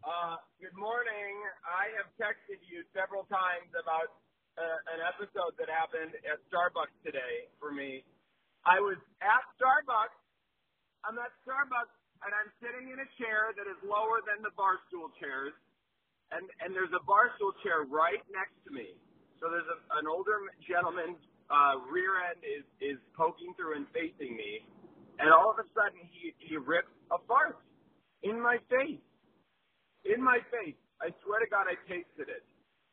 Uh, good morning. I have texted you several times about uh, an episode that happened at Starbucks today for me. I was at Starbucks. I'm at Starbucks, and I'm sitting in a chair that is lower than the bar stool chairs, and and there's a bar stool chair right next to me. So there's a, an older gentleman's uh, rear end is is poking through and facing me, and all of a sudden he he rips a fart in my face in my face. I swear to God, I tasted it.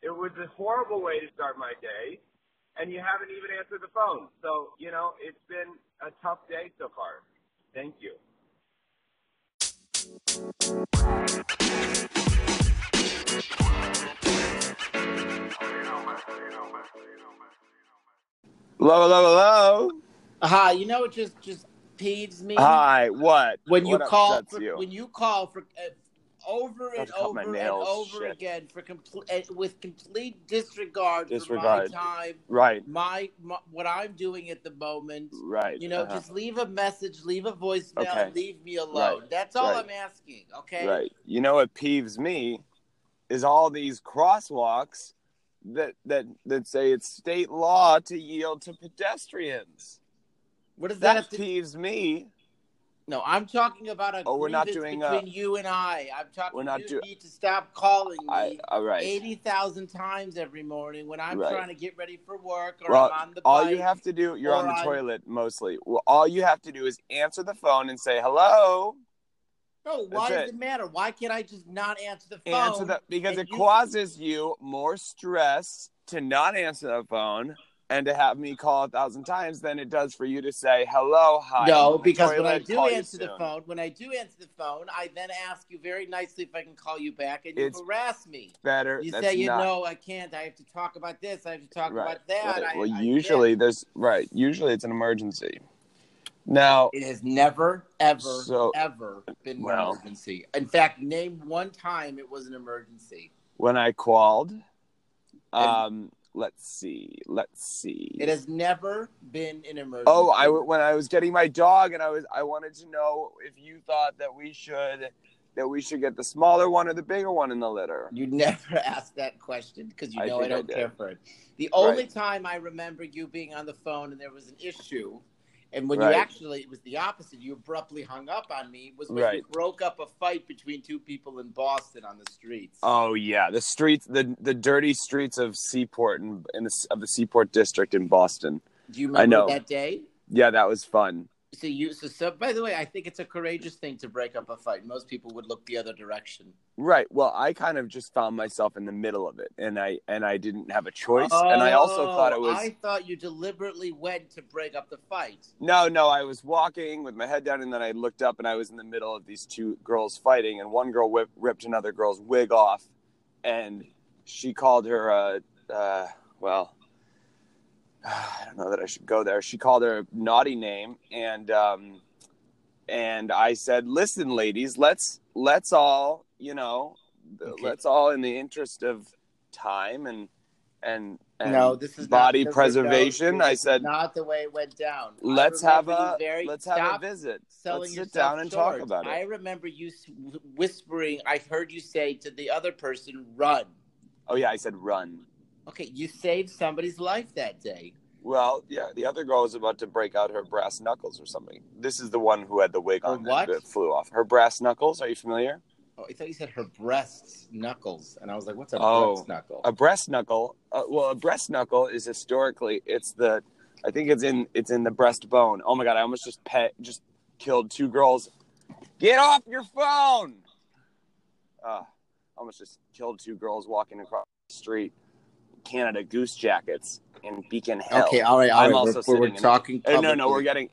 It was a horrible way to start my day, and you haven't even answered the phone. So, you know, it's been a tough day so far. Thank you. Hello, hello, hello. Aha, you know it just just peeves me Hi, what? when you what call upsets for, you? when you call for uh, over and Gotta cut my over and nails, over shit. again for complete uh, with complete disregard, Disregard. for my time, Right, my, my what I'm doing at the moment. right. You know, Uh-huh. just leave a message, leave a voicemail, Okay, and leave me right, alone. That's all right, I'm asking. Okay. right. You know what peeves me is all these crosswalks that that that say it's state law to yield to pedestrians. What does That that have to? peeves me. No, I'm talking about a Oh, we're not grievance doing uh between you and I. I'm we're talking. not You do need to stop calling I me all right, eighty thousand times every morning when I'm right. trying to get ready for work, or I'm Well, on the all you bike, have to do, you're on or the I'm toilet mostly. Well, all you have to do is answer the phone and say hello. No, That's why does it. it matter? Why can't I just not answer the Answer phone the because it and you can? causes you more stress to not answer the phone and to have me call a thousand times than it does for you to say hello, hi, I'm No, on the because when I toilet, do call you answer the soon. phone, when I do answer the phone, I then ask you very nicely if I can call you back, and you It's harass me. better. You say, That's you not know, I can't. I have to talk about this. I have to talk right. about that. Right. I, Well, I can't. usually there's right. Usually it's an emergency. Now, It has never, ever, so ever been an well, emergency. In fact, name one time it was an emergency, when I called, and um, let's see, let's it see. has never been an Oh, I emergency. w- when I was getting my dog, and I was I wanted to know if you thought that we should that we should get the smaller one or the bigger one in the litter. You never ask that question because you I know I think I don't did. care for it. The Right, only time I remember you being on the phone and there was an issue, and when you right, actually, it was the opposite, you abruptly hung up on me, was when you right. broke up a fight between two people in Boston on the streets. Oh yeah, the streets, the the dirty streets of Seaport and in, the, of the Seaport district in Boston. Do you I remember know. that day? Yeah, that was fun. So you, so, so by the way, I think it's a courageous thing to break up a fight. Most people would look the other direction. Right. Well, I kind of just found myself in the middle of it, and I and I didn't have a choice, and I also thought Oh, it was I thought you deliberately went to break up the fight. No, no, I was walking with my head down, and then I looked up, and I was in the middle of these two girls fighting, and one girl whip, ripped another girl's wig off, and she called her, uh, uh, well, I don't know that I should go there. She called her a naughty name, and um, and I said, "Listen, ladies, let's let's all, you know, Okay. let's all, in the interest of time and and No, and this is not body the way. No, preservation," see, I this is said, not the way it went down. I let's have remember you a very let's have a stop visit let's selling sit yourself down and talk short. about it I remember you s- whispering. I heard you say to the other person, "Run." oh yeah i said run Okay, you saved somebody's life that day. well yeah the other girl was about to break out her brass knuckles or something this is the one who had the wig Her on that, what? that flew off her brass knuckles are you familiar Oh, I thought you said her breasts knuckles, and I was like, "What's a breast oh knuckle?" a breast knuckle uh, well a breast knuckle is historically it's the i think it's in it's in the breast bone oh my god i almost just pet just killed two girls get off your phone uh, almost just killed two girls walking across the street Canada Goose Jackets in Beacon Okay, Hill. all right, all I'm right. We're also we're, we're sitting in. talking Uh, no, no, we're publicly. getting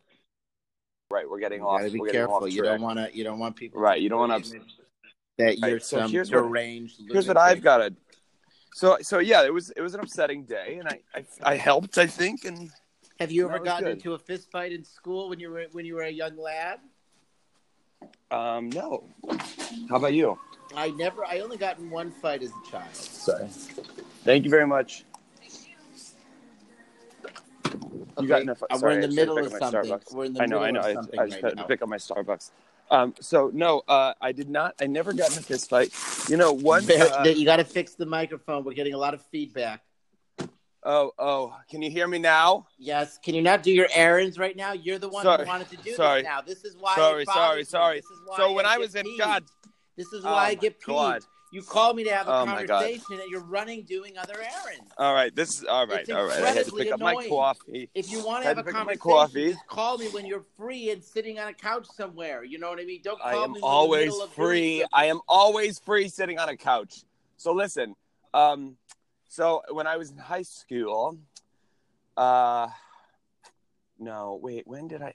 right. We're getting You got to off. be We're getting off careful. You don't track. want to. You don't want people to Right. You don't get want the to. image that you're Right. So some here's what deranged here's what I've lunatic. got to. So so yeah, it was it was an upsetting day, and I I, I helped I think, and Have you ever that was gotten good. into a fist fight in school when you were when you were a young lad? Um, no. How about you? I never. I only got in one fight as a child. Sorry. Thank you very much. You got Okay, enough. uh, we're in Sorry, I the just had to middle pick of up my something. Starbucks. We're in the I know. I middle know. of I, something I just right had to now. pick up my Starbucks. Um, so no, uh, I did not. I never got in a fist fight. You know, one. Bear- Uh, you got to fix the microphone. We're getting a lot of feedback. oh, oh, can you hear me now? Yes. Can you not do your errands right now? You're the one Sorry. who wanted to do Sorry. this now. This is why. Sorry, it bothers sorry, me. This is why so when I get was in peeved. God, this is Oh, why I my get God. peeved. You call me to have a Oh, my God. conversation, and you're running doing other errands. all right, this is all right, It's all right. I had to incredibly pick up my annoying. coffee. If you want to Had have to a pick up my conversation, coffee. just call me when you're free and sitting on a couch somewhere. You know what I mean? Don't call I me am when you're in the always middle of doing free. something. I am always free sitting on a couch. So listen, um, so when I was in high school, uh, no, wait, when did I?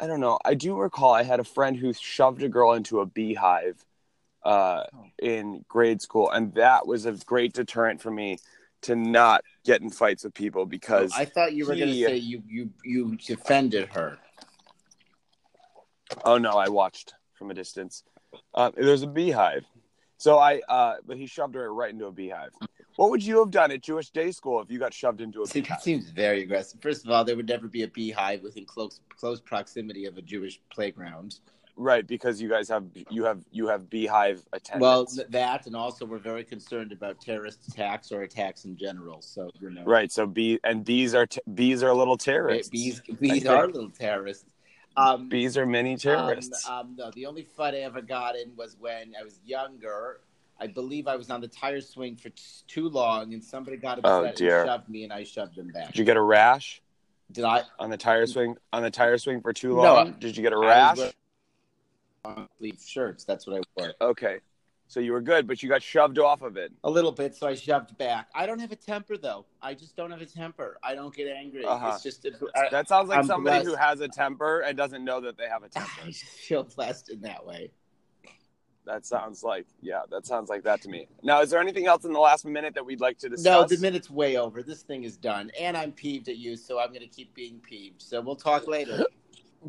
I don't know. I do recall I had a friend who shoved a girl into a beehive uh, Oh. in grade school, and that was a great deterrent for me to not get in fights with people because Oh, I thought you were going to he- say you you you defended her. Oh no, I watched from a distance. Uh, there's a beehive. So I, uh, but he shoved her right into a beehive. What would you have done at Jewish day school if you got shoved into a It beehive? seems very aggressive. First of all, there would never be a beehive within close close proximity of a Jewish playground. Right, because you guys have you have you have beehive Well, attendants. th- that and also we're very concerned about terrorist attacks or attacks in general. So you know, right, so bee and bees are t- bees are little eh, terrorists. bees bees think. are little terrorists. Um, Bees are mini terrorists. Um, um, no, the only fight I ever got in was when I was younger. I believe I was on the tire swing for t- too long, and somebody got upset Oh, dear. and shoved me, and I shoved them back. Did you get a rash Did I? on the tire swing on the tire swing for too No, long? I- Did you get a was rash? wearing- long sleeve shirts. That's what I wore. Okay, so you were good, but you got shoved off of it. A little bit, so I shoved back. I don't have a temper though. I just don't have a temper. I don't get angry. Uh-huh. It's just I, That sounds like I'm somebody blessed. who has a temper and doesn't know that they have a temper. I just feel blessed in that way. That sounds like yeah, that sounds like that to me. Now, is there anything else in the last minute that we'd like to No, discuss? the minute's way over. This thing is done, and I'm peeved at you, so I'm going to keep being peeved. So we'll talk later.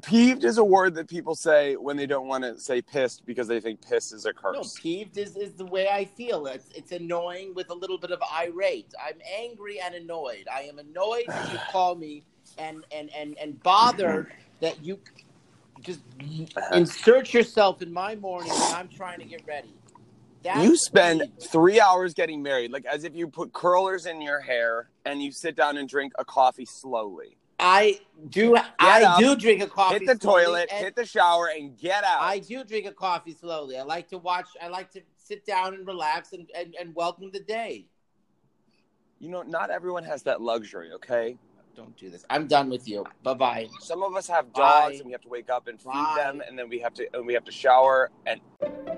peeved is a word that people say when they don't want to say pissed because they think pissed is a No, curse. peeved is, is the way I feel. It's it's annoying with a little bit of irate. I'm angry and annoyed. I am annoyed that you call me and and and and bothered that you just Uh-huh. insert yourself in my morning when I'm trying to get ready. That's you spend peeved. three hours getting married, like as if you put curlers in your hair and you sit down and drink a coffee slowly. I do. I up, do drink a coffee. hit the slowly, toilet, and hit the shower, and get out. I do drink a coffee slowly. I like to watch. I like to sit down and relax and and, and welcome the day. you know, not everyone has that luxury. Okay, Don't do this. I'm done with you. Bye bye. some of us have Bye. dogs and we have to wake up and feed Bye. them, and then we have to and we have to shower and